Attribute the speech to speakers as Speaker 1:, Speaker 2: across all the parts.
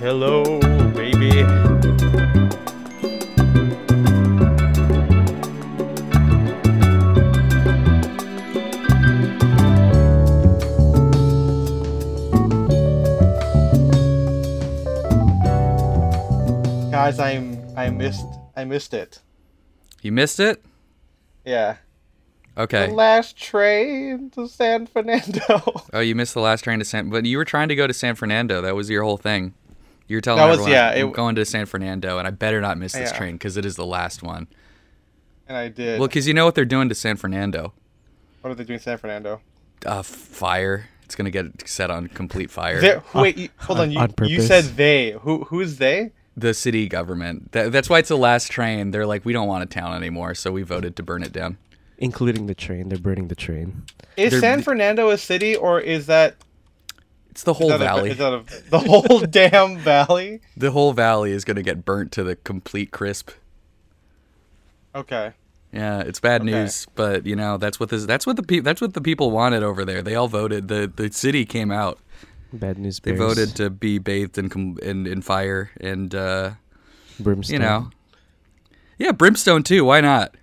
Speaker 1: Hello, baby.
Speaker 2: Guys, I'm I missed I missed it.
Speaker 3: You missed it?
Speaker 2: Yeah.
Speaker 3: Okay.
Speaker 2: The last train to San Fernando.
Speaker 3: Oh, you missed the last train to San. But you were trying to go to San Fernando. That was your whole thing. You were telling
Speaker 2: That was-
Speaker 3: everyone,
Speaker 2: yeah,
Speaker 3: I'm
Speaker 2: it-
Speaker 3: going to San Fernando, and I better not miss this
Speaker 2: Yeah.
Speaker 3: train because it is the last one.
Speaker 2: and I did.
Speaker 3: Well, because you know what they're doing to San Fernando?
Speaker 2: what are they doing in San Fernando?
Speaker 3: Uh, fire. It's gonna get set on complete fire.
Speaker 2: They- wait, you, hold on.
Speaker 4: on-
Speaker 2: You,
Speaker 4: on
Speaker 2: you
Speaker 4: purpose.
Speaker 2: said they. Who who's they?
Speaker 3: the city government. That, that's why it's the last train. They're like, we don't want a town anymore, so we voted to burn it down.
Speaker 4: Including the train. They're burning the train.
Speaker 2: Is
Speaker 3: They're-
Speaker 2: San Fernando a city or is that
Speaker 3: It's the whole
Speaker 2: is that a-
Speaker 3: valley.
Speaker 2: is that a- the whole damn valley?
Speaker 3: the whole valley is gonna get burnt to the complete crisp.
Speaker 2: Okay.
Speaker 3: Yeah, it's bad
Speaker 2: Okay.
Speaker 3: news, but you know that's what this, that's what the pe- that's what the people wanted over there. They all voted. the The city came out.
Speaker 4: Bad news
Speaker 3: They
Speaker 4: bears.
Speaker 3: voted to be bathed in com- in, in fire and uh,
Speaker 4: Brimstone.
Speaker 3: you know, yeah, brimstone too. Why not?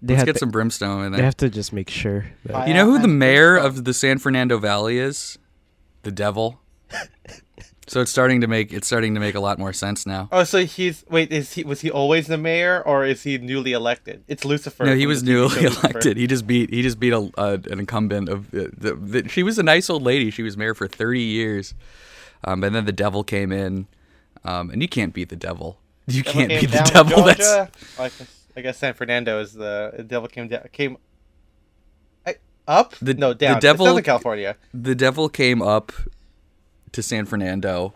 Speaker 4: They
Speaker 3: Let's
Speaker 4: had
Speaker 3: get
Speaker 4: to-
Speaker 3: some brimstone in
Speaker 4: They
Speaker 3: there.
Speaker 4: have to just make sure. That,
Speaker 3: you know who the
Speaker 2: Fire-
Speaker 3: mayor of the San Fernando Valley is? The devil. so it's starting to make it's starting to make a lot more sense now.
Speaker 2: Oh, so he's wait. Is he was he always the mayor or is he newly elected? It's Lucifer.
Speaker 3: No, he
Speaker 2: from
Speaker 3: was
Speaker 2: the TV show
Speaker 3: newly
Speaker 2: Lucifer.
Speaker 3: elected. He just beat he just beat a, a an incumbent of uh, the, the, she was a nice old lady. She was mayor for 30 years. Um, and then the devil came in. Um, and you can't beat the devil. You
Speaker 2: Devil
Speaker 3: can't
Speaker 2: came
Speaker 3: beat the
Speaker 2: down to
Speaker 3: devil. That's
Speaker 2: Georgia. I guess, I guess San Fernando is the, the devil came down came I- up.
Speaker 3: The-
Speaker 2: no,
Speaker 3: the
Speaker 2: down. It's
Speaker 3: devil-
Speaker 2: Southern California.
Speaker 3: the devil came up to San Fernando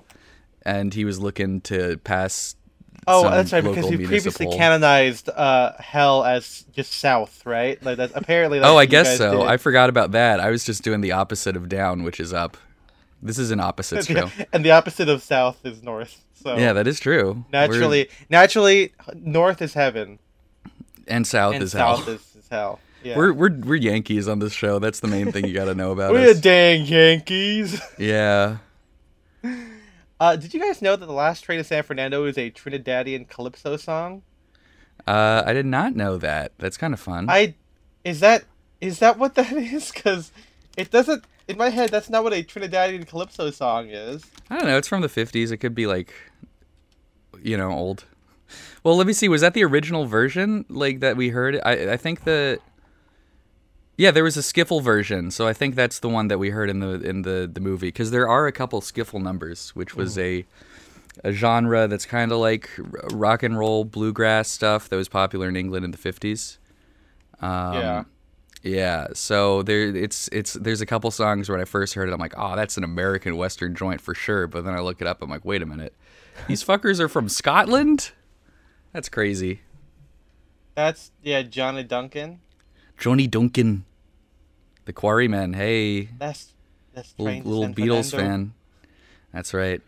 Speaker 3: and he was looking to pass
Speaker 2: Oh,
Speaker 3: some
Speaker 2: that's right, because
Speaker 3: local
Speaker 2: he previously
Speaker 3: municipal-
Speaker 2: canonized uh, hell as just south, right? Like that's apparently. That's
Speaker 3: oh,
Speaker 2: what
Speaker 3: I
Speaker 2: you
Speaker 3: guess
Speaker 2: guys
Speaker 3: so.
Speaker 2: did.
Speaker 3: I forgot about that. I was just doing the opposite of down, which is up. This is an opposite
Speaker 2: Yeah,
Speaker 3: show.
Speaker 2: and the opposite of south is north. So
Speaker 3: Yeah, that is true. We're-
Speaker 2: naturally, naturally, north is heaven
Speaker 3: and south
Speaker 2: and
Speaker 3: is hell.
Speaker 2: south is, is hell. Yeah.
Speaker 3: We're we're we're Yankees on this show. That's the main thing you got to know about
Speaker 2: We're
Speaker 3: us.
Speaker 2: the dang Yankees.
Speaker 3: yeah.
Speaker 2: Uh, did you guys know that the last train to San Fernando is a Trinidadian calypso song?
Speaker 3: Uh, I did not know that. That's kind of fun.
Speaker 2: I is that is that what that is? Because it doesn't in my head. That's not what a Trinidadian calypso song is.
Speaker 3: I don't know. It's from the 50s. It could be like you know, old. Well, let me see. Was that the original version like that we heard? I I think the Yeah, there was a skiffle version. So I think that's the one that we heard in the in the the movie cuz there are a couple skiffle numbers, which was
Speaker 2: Mm.
Speaker 3: a a genre that's kind of like r- rock and roll bluegrass stuff that was popular in England in the 50s. Um,
Speaker 2: yeah.
Speaker 3: Yeah, so there it's it's there's a couple songs where when I first heard it, I'm like, oh, that's an American Western joint for sure. But then I look it up, I'm like, wait a minute, these fuckers are from Scotland. That's crazy,
Speaker 2: That's yeah, Johnny Duncan.
Speaker 3: Johnny Duncan, the Quarrymen. Hey,
Speaker 2: That's that's
Speaker 3: little,
Speaker 2: Train to
Speaker 3: little
Speaker 2: San
Speaker 3: Beatles
Speaker 2: Fernando.
Speaker 3: fan. That's right.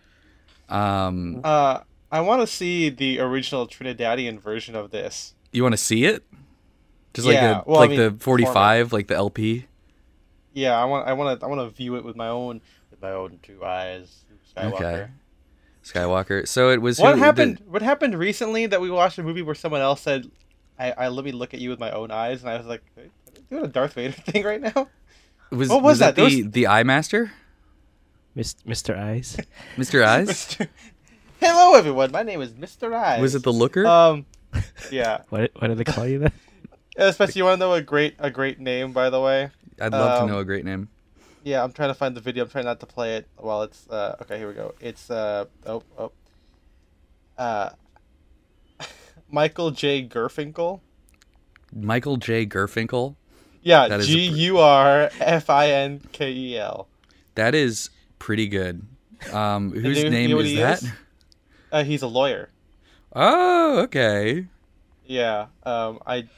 Speaker 3: Um,
Speaker 2: Uh, I want to see the original Trinidadian version of this.
Speaker 3: you want to see it? Just
Speaker 2: Yeah,
Speaker 3: like the
Speaker 2: well, I
Speaker 3: like
Speaker 2: mean,
Speaker 3: the 45, like the LP.
Speaker 2: Yeah, I want I want to I want to view it with my own with my own two eyes. Skywalker.
Speaker 3: Okay. Skywalker. So it was
Speaker 2: What
Speaker 3: who- the-
Speaker 2: happened? What happened recently that we watched a movie where someone else said, "I, I let me look at you with my own eyes," and I was like, "Are they "Doing a Darth Vader thing right now?"
Speaker 3: was,
Speaker 2: what was
Speaker 3: was that?
Speaker 2: that? There
Speaker 3: The
Speaker 2: was-
Speaker 3: the Eye Master,
Speaker 4: Mis- Mr. Eyes.
Speaker 3: Mister Eyes.
Speaker 2: Mr. Hello, everyone. My name is Mr. Eyes.
Speaker 3: was it the Looker?
Speaker 2: Um, yeah.
Speaker 4: What? Why do they call you that?
Speaker 2: Especially, you want to know a great a great name, by the way.
Speaker 3: I'd love
Speaker 2: Um,
Speaker 3: to know a great name.
Speaker 2: Yeah, I'm trying to find the video. I'm trying not to play it while it's uh okay, here we go. It's uh oh oh. Uh Michael J. Gerfinkel.
Speaker 3: Michael J. Gerfinkel.
Speaker 2: Yeah,
Speaker 3: That is a pr-
Speaker 2: G U R F I N K E L.
Speaker 3: That is pretty good. Um, whose
Speaker 2: you- you
Speaker 3: name
Speaker 2: know what
Speaker 3: is
Speaker 2: he
Speaker 3: that?
Speaker 2: is? Uh he's a lawyer.
Speaker 3: Oh, okay.
Speaker 2: Yeah. Um I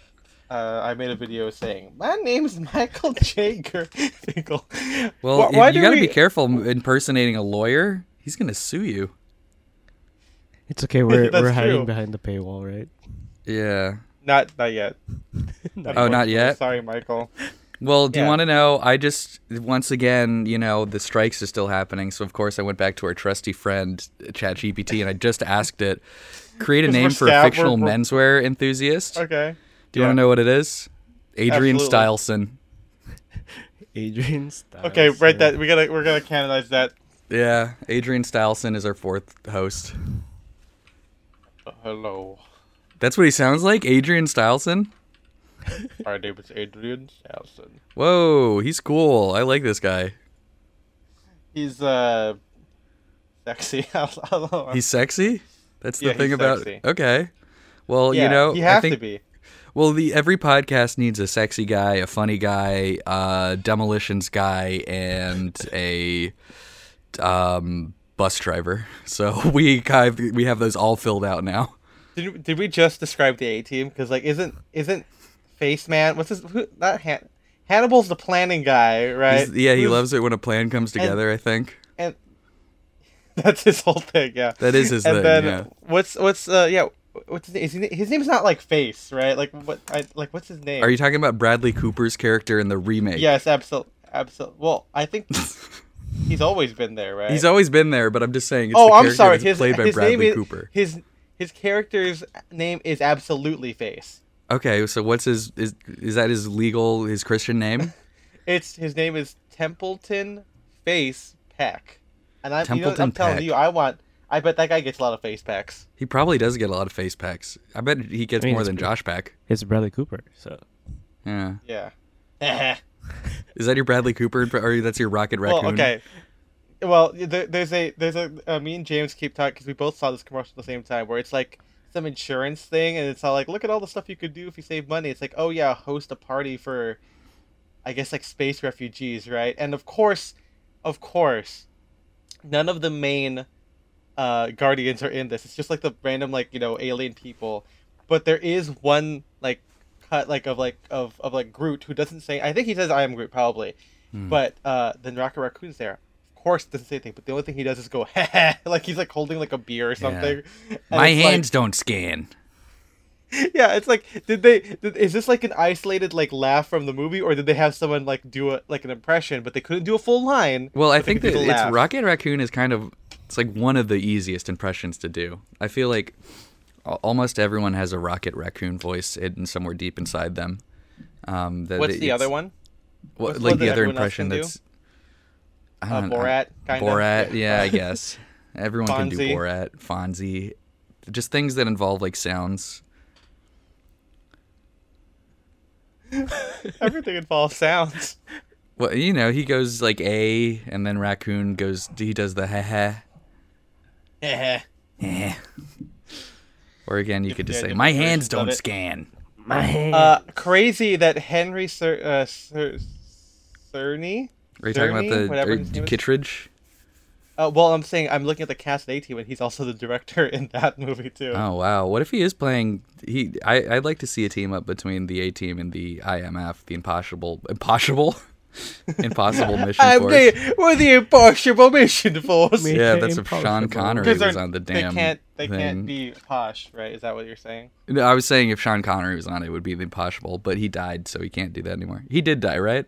Speaker 2: uh, I made a video saying, My name's Michael J. Gerfinkel.
Speaker 3: Well,
Speaker 2: Wh-
Speaker 3: y-
Speaker 2: why
Speaker 3: you
Speaker 2: do
Speaker 3: got to
Speaker 2: we-
Speaker 3: be careful m- impersonating a lawyer. He's gonna sue you.
Speaker 4: It's okay. We're
Speaker 2: That's
Speaker 4: we're hiding
Speaker 2: true.
Speaker 4: behind the paywall, right?
Speaker 3: Yeah.
Speaker 2: Not not yet.
Speaker 3: Oh, not
Speaker 2: Unfortunately.
Speaker 3: yet?
Speaker 2: Sorry, Michael.
Speaker 3: Well, do you
Speaker 2: Yeah.
Speaker 3: want to know? I just once again, you know, the strikes are still happening, so of course I went back to our trusty friend ChatGPT and I just asked it create a
Speaker 2: 'Cause we're
Speaker 3: name for a
Speaker 2: scav- we're-
Speaker 3: fictional
Speaker 2: we're-
Speaker 3: menswear enthusiast.
Speaker 2: Okay.
Speaker 3: Do you want to know what it is? Adrian
Speaker 2: Absolutely.
Speaker 3: Styleson.
Speaker 4: Adrian Styles.
Speaker 2: Okay, write that. We gotta we're gonna canonize that.
Speaker 3: Yeah, Adrian Styleson is our fourth host.
Speaker 2: Uh, Hello,
Speaker 3: That's what he sounds like, Adrian Styleson.
Speaker 2: my name is Adrian Salson.
Speaker 3: Whoa, he's cool. I like this guy.
Speaker 2: He's uh, sexy. I don't know.
Speaker 3: He's sexy. That's the
Speaker 2: Yeah, he's
Speaker 3: thing about.
Speaker 2: sexy.
Speaker 3: Okay. Well, you know,
Speaker 2: he
Speaker 3: I
Speaker 2: has
Speaker 3: think
Speaker 2: to be.
Speaker 3: Well, the every podcast needs a sexy guy, a funny guy, uh, demolitions guy, and a um, bus driver. So we kind of, we have those all filled out now.
Speaker 2: Did, did we just describe the A team? Because like, isn't isn't Face Man? What's his? Who, not Han- Hannibal's the planning guy, right?
Speaker 3: He's- yeah, he
Speaker 2: Who's-
Speaker 3: loves it when a plan comes together. I think
Speaker 2: And that's his whole thing. Yeah.
Speaker 3: that is his
Speaker 2: and
Speaker 3: thing.
Speaker 2: then
Speaker 3: yeah. his
Speaker 2: what's what's uh yeah what's his name? Is he, his name's not like Face, right? Like what? I, like what's his name?
Speaker 3: Are you talking about Bradley Cooper's character in the remake?
Speaker 2: Yes, absolutely. Absolutely. Well, I think he's always been there, right?
Speaker 3: He's always been there, but I'm just saying. It's
Speaker 2: oh,
Speaker 3: the
Speaker 2: I'm
Speaker 3: character
Speaker 2: sorry.
Speaker 3: that's
Speaker 2: His,
Speaker 3: played by
Speaker 2: his
Speaker 3: Bradley
Speaker 2: name is
Speaker 3: Cooper.
Speaker 2: his his character's name is absolutely Face.
Speaker 3: Okay, so what's his is is that his legal his Christian name?
Speaker 2: It's his name is Templeton Face Peck, and I'm, you know,
Speaker 3: Templeton
Speaker 2: I'm telling
Speaker 3: Peck.
Speaker 2: you, I want. I bet that guy gets a lot of face packs.
Speaker 3: He probably does get a lot of face packs. I bet he gets
Speaker 4: I mean,
Speaker 3: more
Speaker 4: it's
Speaker 3: than
Speaker 4: pretty-
Speaker 3: Josh Pack.
Speaker 4: It's Bradley Cooper. So
Speaker 3: Yeah.
Speaker 2: Yeah. well,
Speaker 3: Is that your Bradley Cooper? Or that's your Rocket Raccoon?
Speaker 2: okay. Well, there, there's a there's a uh, me and James keep talking because we both saw this commercial at the same time where it's like some insurance thing and it's all like look at all the stuff you could do if you save money. It's like oh yeah, host a party for, I guess like space refugees, right? And of course, of course, none of the main uh, guardians are in this. It's just like the random like you know alien people, but there is one like cut like of like of of like Groot who doesn't say. I think he says I am Groot probably,
Speaker 3: Hmm.
Speaker 2: but uh, then Rocket Raccoon's there. Of course, doesn't say anything. But the only thing he does is go like he's like holding like a beer or something. And
Speaker 3: My
Speaker 2: it's like-
Speaker 3: hands don't scan.
Speaker 2: yeah, it's like did they? Did, is this like an isolated like laugh from the movie, or did they have someone like do a like an impression, but they couldn't do a full line?
Speaker 3: Well, I
Speaker 2: but they
Speaker 3: think
Speaker 2: could
Speaker 3: that
Speaker 2: do the
Speaker 3: it's
Speaker 2: laugh?
Speaker 3: Rocket Raccoon is kind of it's like one of the easiest impressions to do. I feel like al- almost everyone has a Rocket Raccoon voice hidden somewhere deep inside them. Um, that
Speaker 2: What's
Speaker 3: it-
Speaker 2: the other
Speaker 3: it's-
Speaker 2: one?
Speaker 3: wha-
Speaker 2: What's the
Speaker 3: like
Speaker 2: one
Speaker 3: the
Speaker 2: that
Speaker 3: other
Speaker 2: everyone else
Speaker 3: impression
Speaker 2: can do?
Speaker 3: that's I
Speaker 2: Uh,
Speaker 3: don't know.
Speaker 2: Borat, kind of.
Speaker 3: Borat, yeah, I guess everyone can do
Speaker 2: Fonzie.
Speaker 3: Borat, Fonzie, just things that involve like sounds.
Speaker 2: Everything involves sounds.
Speaker 3: Well, you know, he goes like a, and then raccoon goes. He does the ha ha.
Speaker 2: Yeah.
Speaker 3: Eh. Or again, you could just
Speaker 2: yeah,
Speaker 3: say,
Speaker 2: different
Speaker 3: "My hands
Speaker 2: versions of
Speaker 3: don't
Speaker 2: it.
Speaker 3: scan."
Speaker 4: my hand.
Speaker 2: Uh, crazy that Henry Cer- uh, Cer- Cerny.
Speaker 3: Are you talking about
Speaker 2: Cerny?
Speaker 3: the
Speaker 2: Whatever
Speaker 3: or
Speaker 2: his name is.
Speaker 3: Kittredge?
Speaker 2: Uh, well, I'm saying I'm looking at the cast at A Team, and he's also the director in that movie too.
Speaker 3: Oh wow! What if he is playing? He, I, I'd like to see a team up between the A team and the IMF, the Impossible, Impossible, Impossible Mission
Speaker 2: I'm
Speaker 3: Force.
Speaker 2: the we're the impossible mission force.
Speaker 4: Me.
Speaker 3: Yeah, that's if Sean
Speaker 4: Impossible.
Speaker 3: Connery
Speaker 2: Because
Speaker 3: was
Speaker 2: they're-
Speaker 3: on the
Speaker 2: they
Speaker 3: damn
Speaker 2: can't they
Speaker 3: thing.
Speaker 2: can't be posh, right? Is that what you're saying?
Speaker 3: No, I was saying if Sean Connery was on it, it would be the Impossible, but he died, so he can't do that anymore. He did die, right?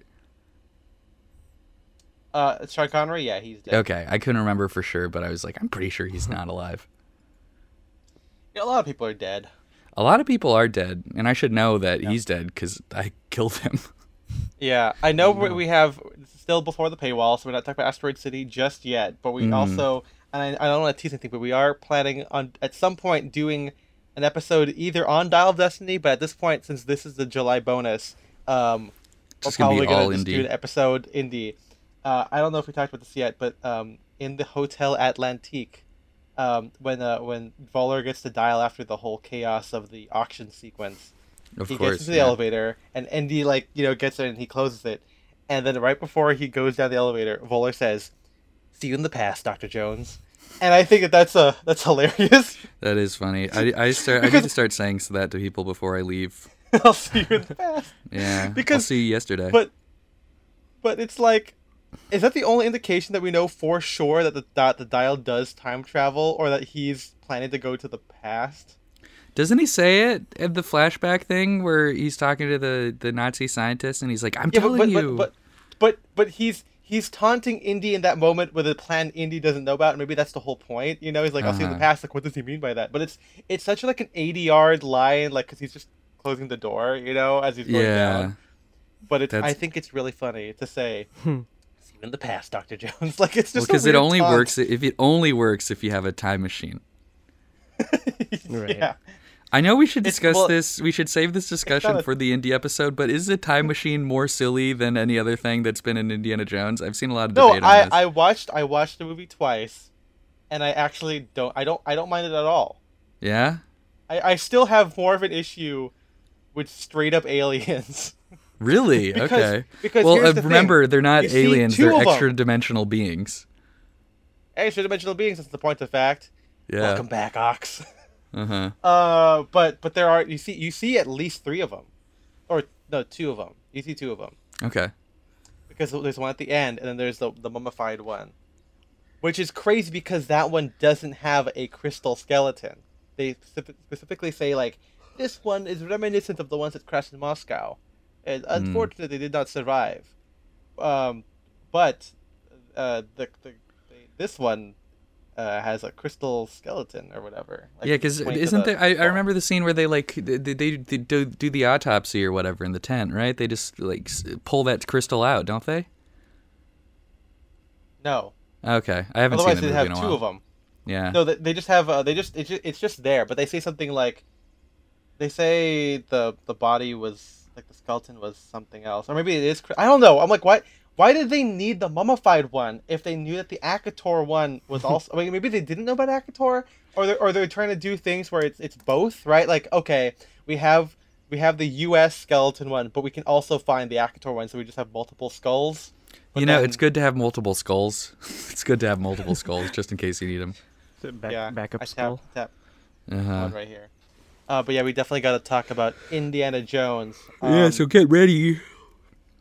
Speaker 2: Uh, Sean Connery, yeah, he's dead.
Speaker 3: Okay, I couldn't remember for sure, but I was like, I'm pretty sure he's not alive.
Speaker 2: Yeah, a lot of people are dead.
Speaker 3: A lot of people are dead, and I should know that he's dead because I killed him.
Speaker 2: Yeah, I know
Speaker 3: Mm-hmm.
Speaker 2: we we have this is still before the paywall, so we're not talking about Asteroid City just yet. But we
Speaker 3: Mm-hmm.
Speaker 2: also, and I, I don't want to tease anything, but we are planning on at some point doing an episode either on Dial of Destiny, but at this point, since this is the July bonus, um, we're
Speaker 3: just gonna be
Speaker 2: probably gonna
Speaker 3: all
Speaker 2: just do
Speaker 3: indie.
Speaker 2: an episode indie. Uh, I don't know if we talked about this yet, but um, in the Hotel Atlantique, um, when uh, when Voller gets to dial after the whole chaos of the auction sequence
Speaker 3: Of
Speaker 2: he
Speaker 3: course.
Speaker 2: gets into the
Speaker 3: yeah.
Speaker 2: elevator and Indy like you know gets in and he closes it, and then right before he goes down the elevator, Voller says, "See you in the past, Doctor Jones," and I think that that's uh, that's hilarious.
Speaker 3: That is funny. I, I start. I need to start saying so that to people before I leave.
Speaker 2: I'll see you in the past,
Speaker 3: Yeah, I'll
Speaker 2: Because-
Speaker 3: see you yesterday.
Speaker 2: but but it's like, is that the only indication that we know for sure that the that the dial does time travel or that he's planning to go to the past?
Speaker 3: Doesn't he say it at the flashback thing where he's talking to the, the Nazi scientist and he's like, "I'm
Speaker 2: Yeah, but
Speaker 3: telling
Speaker 2: but,
Speaker 3: you."
Speaker 2: but but but but he's he's taunting Indy in that moment with a plan Indy doesn't know about. and Maybe that's the whole point. You know, he's like, "I'll see you in the
Speaker 3: Uh-huh.
Speaker 2: past." Like, what does he mean by that? But it's it's such like an eighty yard line, like because he's just closing the door, you know, as he's going
Speaker 3: yeah.
Speaker 2: down. But it's I
Speaker 3: that's-
Speaker 2: think it's really funny to say. "See you In the past, Doctor Jones, like it's just
Speaker 3: because
Speaker 2: a
Speaker 3: it
Speaker 2: weird
Speaker 3: only
Speaker 2: taunt.
Speaker 3: works if it only works if you have a time machine.
Speaker 4: Right.
Speaker 2: Yeah,
Speaker 3: I know we should
Speaker 2: It's-
Speaker 3: discuss
Speaker 2: well,
Speaker 3: this. We should save this discussion
Speaker 2: a-
Speaker 3: for the indie episode. But is a time machine more silly than any other thing that's been in Indiana Jones? I've seen a lot of
Speaker 2: no,
Speaker 3: debate on
Speaker 2: I,
Speaker 3: this.
Speaker 2: I watched I watched the movie twice, and I actually don't I don't I don't mind it at all.
Speaker 3: yeah,
Speaker 2: I, I still have more of an issue with straight up aliens.
Speaker 3: really?
Speaker 2: Because-
Speaker 3: okay.
Speaker 2: because
Speaker 3: well,
Speaker 2: here's
Speaker 3: uh,
Speaker 2: the thing.
Speaker 3: remember they're not
Speaker 2: You see
Speaker 3: aliens;
Speaker 2: two
Speaker 3: they're
Speaker 2: of 'em.
Speaker 3: extra-dimensional beings.
Speaker 2: Extra dimensional beings, that's the point of fact.
Speaker 3: Yeah.
Speaker 2: Welcome back, Ox.
Speaker 3: Uh huh.
Speaker 2: Uh, but but there are you see you see at least three of them, or no, two of them. You see two of them
Speaker 3: Okay.
Speaker 2: because there's one at the end, and then there's the the mummified one, which is crazy because that one doesn't have a crystal skeleton. They specif- specifically say like this one is reminiscent of the ones that crashed in Moscow, and
Speaker 3: Hmm.
Speaker 2: unfortunately they did not survive. Um, but uh, the, the, the this one. Uh, has a crystal skeleton or whatever. Like,
Speaker 3: Yeah, because
Speaker 2: point to
Speaker 3: isn't
Speaker 2: the
Speaker 3: there? I, I
Speaker 2: wall.
Speaker 3: remember the scene where they like they, they, they do, do the autopsy or whatever in the tent, right? They just like s- pull that crystal out, don't they?
Speaker 2: No,
Speaker 3: Okay, I haven't
Speaker 2: Otherwise,
Speaker 3: seen the
Speaker 2: they'd
Speaker 3: movie
Speaker 2: have
Speaker 3: in a
Speaker 2: two
Speaker 3: while.
Speaker 2: of them.
Speaker 3: Yeah.
Speaker 2: No, they, they just have. Uh, they just it's, just it's just there, but they say something like, they say the the body was like the skeleton was something else, or maybe it is. cr- I don't know. I'm like, why? Why did they need the mummified one if they knew that the Akator one was also? I mean, maybe they didn't know about Akator, or they're, or they're trying to do things where it's it's both, right? Like, okay, we have we have the U.S. skeleton one, but we can also find the Akator one, so we just have multiple skulls. But
Speaker 3: you know,
Speaker 2: then-
Speaker 3: it's good to have multiple skulls. it's good to have multiple skulls just in case you need them.
Speaker 4: Back,
Speaker 2: Yeah,
Speaker 4: backup
Speaker 2: I
Speaker 4: skull.
Speaker 2: tap, tap.
Speaker 3: Uh-huh.
Speaker 2: one right here. Uh, but yeah, we definitely got to talk about Indiana Jones. Um,
Speaker 3: get ready.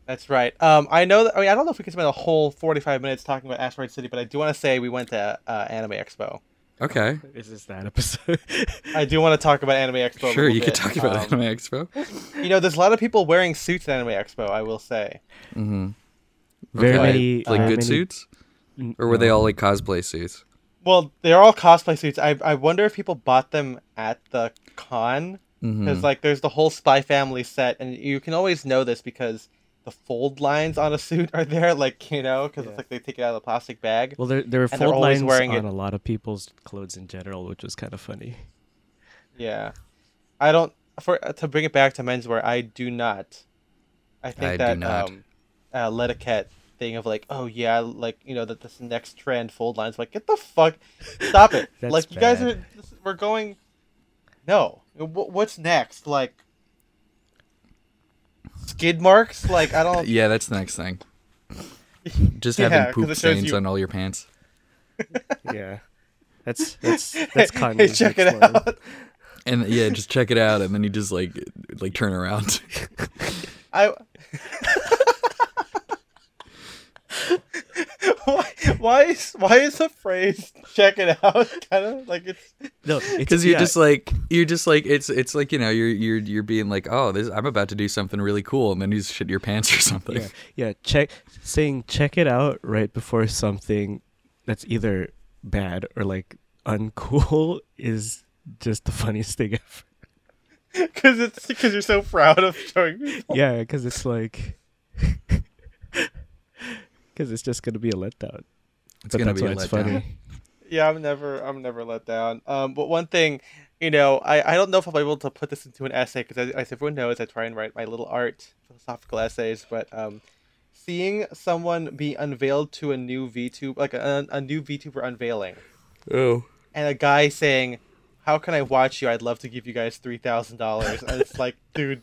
Speaker 2: that's right. Um, I know. That, I mean, I don't know if we could spend a whole forty-five minutes talking about Asteroid City, but I do want to say we went to uh, Anime Expo.
Speaker 3: Okay,
Speaker 4: Is this that episode?
Speaker 2: I do want to talk about Anime Expo. a
Speaker 3: sure,
Speaker 2: little
Speaker 3: you could
Speaker 2: bit.
Speaker 3: talk about
Speaker 2: Um,
Speaker 3: Anime Expo.
Speaker 2: You know, there's a lot of people wearing suits at Anime Expo. I will say.
Speaker 4: very
Speaker 3: Like-
Speaker 4: many,
Speaker 3: like good
Speaker 4: very many-
Speaker 3: suits, or were they all like cosplay suits?
Speaker 2: Well, they're all cosplay suits. I I wonder if people bought them at the con because like there's the whole Spy Family set, and you can always know this because the fold lines on a suit are there, like you know, because it's like they take it out of the plastic bag.
Speaker 4: Well, there there were
Speaker 2: they're
Speaker 4: fold
Speaker 2: always
Speaker 4: lines
Speaker 2: wearing
Speaker 4: on
Speaker 2: it-
Speaker 4: a lot of people's clothes in general, which was kind of funny.
Speaker 2: Yeah, I don't. For uh, to bring it back to menswear, I do not. I think
Speaker 3: I do
Speaker 2: that
Speaker 3: not.
Speaker 2: um, uh, Letiquette thing of like, oh yeah, like you know that this next trend fold lines. Like, get the fuck, stop it!
Speaker 4: That's
Speaker 2: like you guys
Speaker 4: bad.
Speaker 2: are, this, we're going. No, Wh- what's next? Like skid marks? Like I don't.
Speaker 3: Yeah, that's the next thing. Just
Speaker 2: Yeah, 'cause
Speaker 3: having poop
Speaker 2: it shows
Speaker 3: stains
Speaker 2: you-
Speaker 3: on all your pants.
Speaker 4: Yeah, that's that's that's con.
Speaker 2: hey, check it
Speaker 4: exploring.
Speaker 2: out.
Speaker 3: And yeah, just check it out, and then you just like like turn around.
Speaker 2: I. why, why is why is the phrase "check it out" kind of like it's
Speaker 4: No, because
Speaker 3: because you're
Speaker 4: yeah,
Speaker 3: just like you're just like it's it's like you know you're you're you're being like oh this I'm about to do something really cool and then you just shit your pants or something.
Speaker 4: yeah, yeah, check saying check it out right before something that's either bad or like uncool is just the funniest thing ever.
Speaker 2: because it's because you're so proud of showing people.
Speaker 4: Yeah, because it's like because it's just gonna be a letdown.
Speaker 3: It's
Speaker 4: But
Speaker 3: gonna
Speaker 4: that's
Speaker 3: be
Speaker 4: why
Speaker 3: a
Speaker 4: it's
Speaker 3: letdown.
Speaker 4: funny.
Speaker 2: Yeah, I'm never I'm never let down. Um, but one thing, you know, I I don't know if I'll be able to put this into an essay because as, as everyone knows, I try and write my little art philosophical essays, but um. Seeing someone be unveiled to a new VTube, like a, a new VTuber unveiling,
Speaker 3: Oh.
Speaker 2: and a guy saying, "How can I watch you? I'd love to give you guys three thousand dollars." And it's like, dude,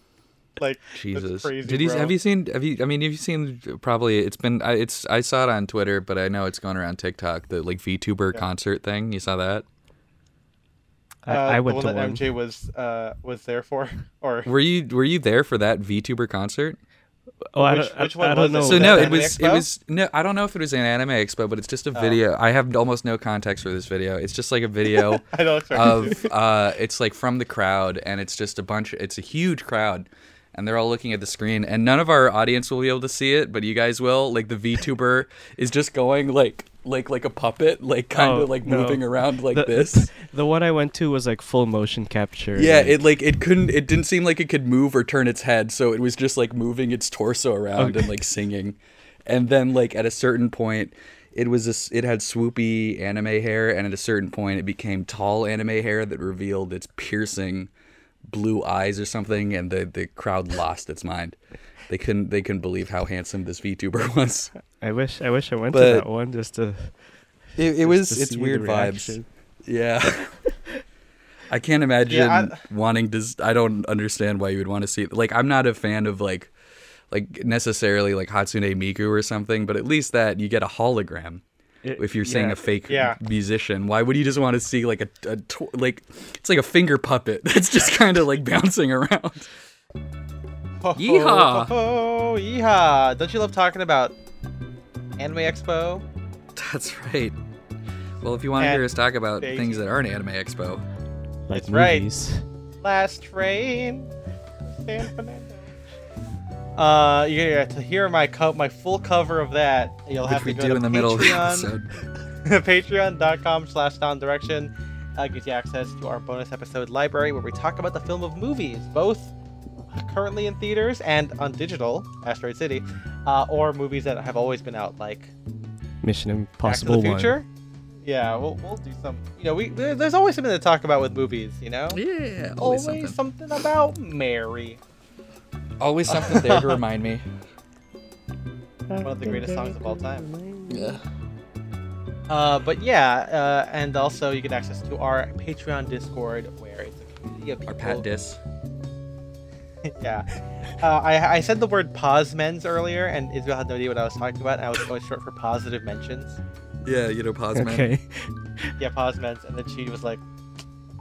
Speaker 2: like that's
Speaker 3: Jesus.
Speaker 2: crazy,
Speaker 3: Did you
Speaker 2: bro.
Speaker 3: have you seen have you I mean have you seen probably it's been I it's I saw it on Twitter but I know it's going around TikTok the like VTuber concert thing you saw that
Speaker 4: I,
Speaker 2: Uh,
Speaker 4: I went
Speaker 2: the
Speaker 4: to
Speaker 2: one that
Speaker 4: one.
Speaker 2: MJ was uh was there for, or
Speaker 3: were you were you there for that VTuber concert
Speaker 4: Oh, I
Speaker 2: Which-
Speaker 4: don't, I-
Speaker 2: which one
Speaker 4: I don't
Speaker 2: was it?
Speaker 4: know.
Speaker 3: so no, it
Speaker 2: Anime
Speaker 3: was it
Speaker 2: Expo?
Speaker 3: was no. I don't know if it was an anime expo, but it's just a
Speaker 4: Oh.
Speaker 3: video. I have almost no context for this video. It's just like a video
Speaker 2: I don't expect you
Speaker 3: of
Speaker 2: to.
Speaker 3: uh, it's like from the crowd, and it's just a bunch. It's a huge crowd, and they're all looking at the screen, and none of our audience will be able to see it, but you guys will. Like the VTuber is just going like like like a puppet, like kind of
Speaker 4: Oh,
Speaker 3: like
Speaker 4: no.
Speaker 3: moving around like
Speaker 4: the,
Speaker 3: this.
Speaker 4: The one I went to was like full motion capture.
Speaker 3: Yeah,
Speaker 4: like-
Speaker 3: it like it couldn't. It didn't seem like it could move or turn its head, so it was just like moving its torso around and like singing. And then like at a certain point, it was this. It had swoopy anime hair, and at a certain point, it became tall anime hair that revealed its piercing blue eyes or something. And the the crowd lost its mind. They couldn't. They couldn't believe how handsome this VTuber was.
Speaker 4: I wish I wish I went
Speaker 3: But-
Speaker 4: to that one just to.
Speaker 3: It, it
Speaker 4: just
Speaker 3: was.
Speaker 4: to
Speaker 3: It's
Speaker 4: see the
Speaker 3: weird vibes.
Speaker 4: reaction.
Speaker 3: Yeah. I can't imagine
Speaker 2: I-
Speaker 3: wanting to. s- I don't understand why you would want to see it. Like, I'm not a fan of like, like necessarily like Hatsune Miku or something, but at least that you get a hologram.
Speaker 4: It-
Speaker 3: If you're saying
Speaker 4: yeah.
Speaker 3: a fake
Speaker 2: Yeah.
Speaker 3: musician, why would you just want to see like a, a tw- like it's like a finger puppet that's just kind of like bouncing around?
Speaker 2: Ho, ho,
Speaker 3: Yeehaw.
Speaker 2: ho, ho, Oh, yeehaw! Don't you love talking about Anime Expo?
Speaker 3: That's right. Well, if you want to
Speaker 2: And
Speaker 3: hear us talk about
Speaker 2: they-
Speaker 3: things that aren't Anime Expo,
Speaker 4: like
Speaker 2: That's right.
Speaker 4: movies.
Speaker 2: Last train, San Fernando. Uh, yeah, to hear my co- my full cover of that, you'll
Speaker 3: which
Speaker 2: have
Speaker 3: we
Speaker 2: to go
Speaker 3: do
Speaker 2: to
Speaker 3: in the middle of the
Speaker 2: Patreon.
Speaker 3: episode,
Speaker 2: patreon.com slash down direction uh, gives you access to our bonus episode library where we talk about the film of movies both currently in theaters and on digital asteroid city uh, or movies that have always been out like
Speaker 4: Mission
Speaker 2: Back to
Speaker 4: Impossible
Speaker 2: the
Speaker 4: One.
Speaker 2: future yeah we'll, we'll do some you know we there- there's always something to talk about with movies you know
Speaker 3: yeah,
Speaker 2: always, something. about mary
Speaker 3: always something there to remind me.
Speaker 2: one of the greatest songs of all time
Speaker 3: Yeah.
Speaker 2: Uh, but yeah, uh, and also you get access to our Patreon Discord, where it's a community of people.
Speaker 3: Our pat dis.
Speaker 2: yeah, uh, I, I said the word posmens earlier, and Israel had no idea what I was talking about. And I was going short for positive mentions.
Speaker 3: Yeah, you know, pause man.
Speaker 4: Okay.
Speaker 2: Yeah, posmens, and then she was like,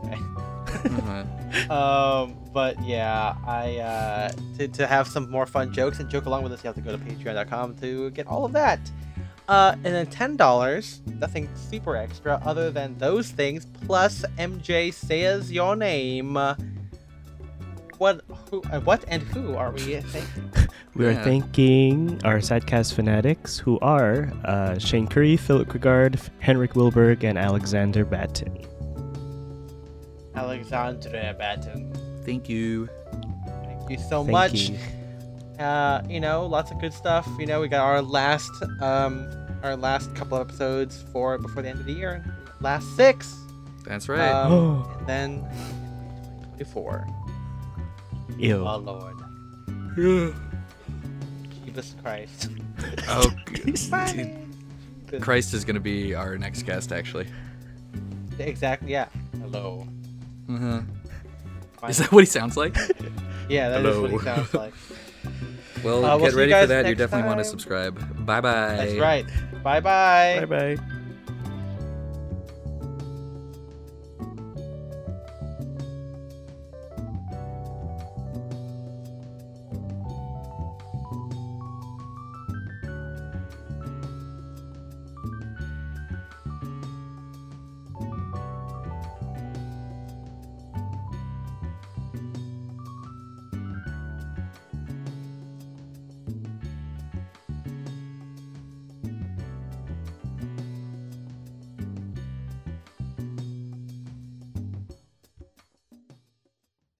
Speaker 2: okay.
Speaker 3: Mhm.
Speaker 2: um, but yeah, I uh, to, to have some more fun jokes and joke along with us, you have to go to patreon.com to get all of that. Uh, and then ten dollars, nothing super extra other than those things plus MJ says your name. What who uh, what and who are we? thanking?
Speaker 4: We are
Speaker 3: Yeah.
Speaker 4: thanking our Sadcast fanatics, who are uh, Shane Curry, Philip Kregard, Henrik Wilberg, and Alexander Batten.
Speaker 2: Alexandra Batten.
Speaker 3: Thank you.
Speaker 2: Thank you so
Speaker 4: Thank
Speaker 2: much.
Speaker 4: you.
Speaker 2: uh, you know, lots of good stuff. You know, we got our last um our last couple of episodes for before the end of the year. Last six.
Speaker 3: That's right.
Speaker 2: Um,
Speaker 4: Oh.
Speaker 2: and then before.
Speaker 4: Ew.
Speaker 2: Oh Lord. Jesus Christ.
Speaker 3: oh, g- dude,
Speaker 2: Good-
Speaker 3: Christ is gonna be our next guest, actually.
Speaker 2: Exactly. Yeah. Hello. Mm-hmm.
Speaker 3: Uh-huh.
Speaker 2: Fine.
Speaker 3: Is that what he sounds like?
Speaker 2: yeah, that is what he
Speaker 3: Hello.
Speaker 2: sounds like.
Speaker 3: Well,
Speaker 2: Uh, we'll
Speaker 3: get
Speaker 2: see you
Speaker 3: ready for
Speaker 2: guys
Speaker 3: that. You
Speaker 2: next
Speaker 3: definitely want to
Speaker 2: time.
Speaker 3: subscribe. Bye bye.
Speaker 2: That's right. Bye bye.
Speaker 4: Bye bye.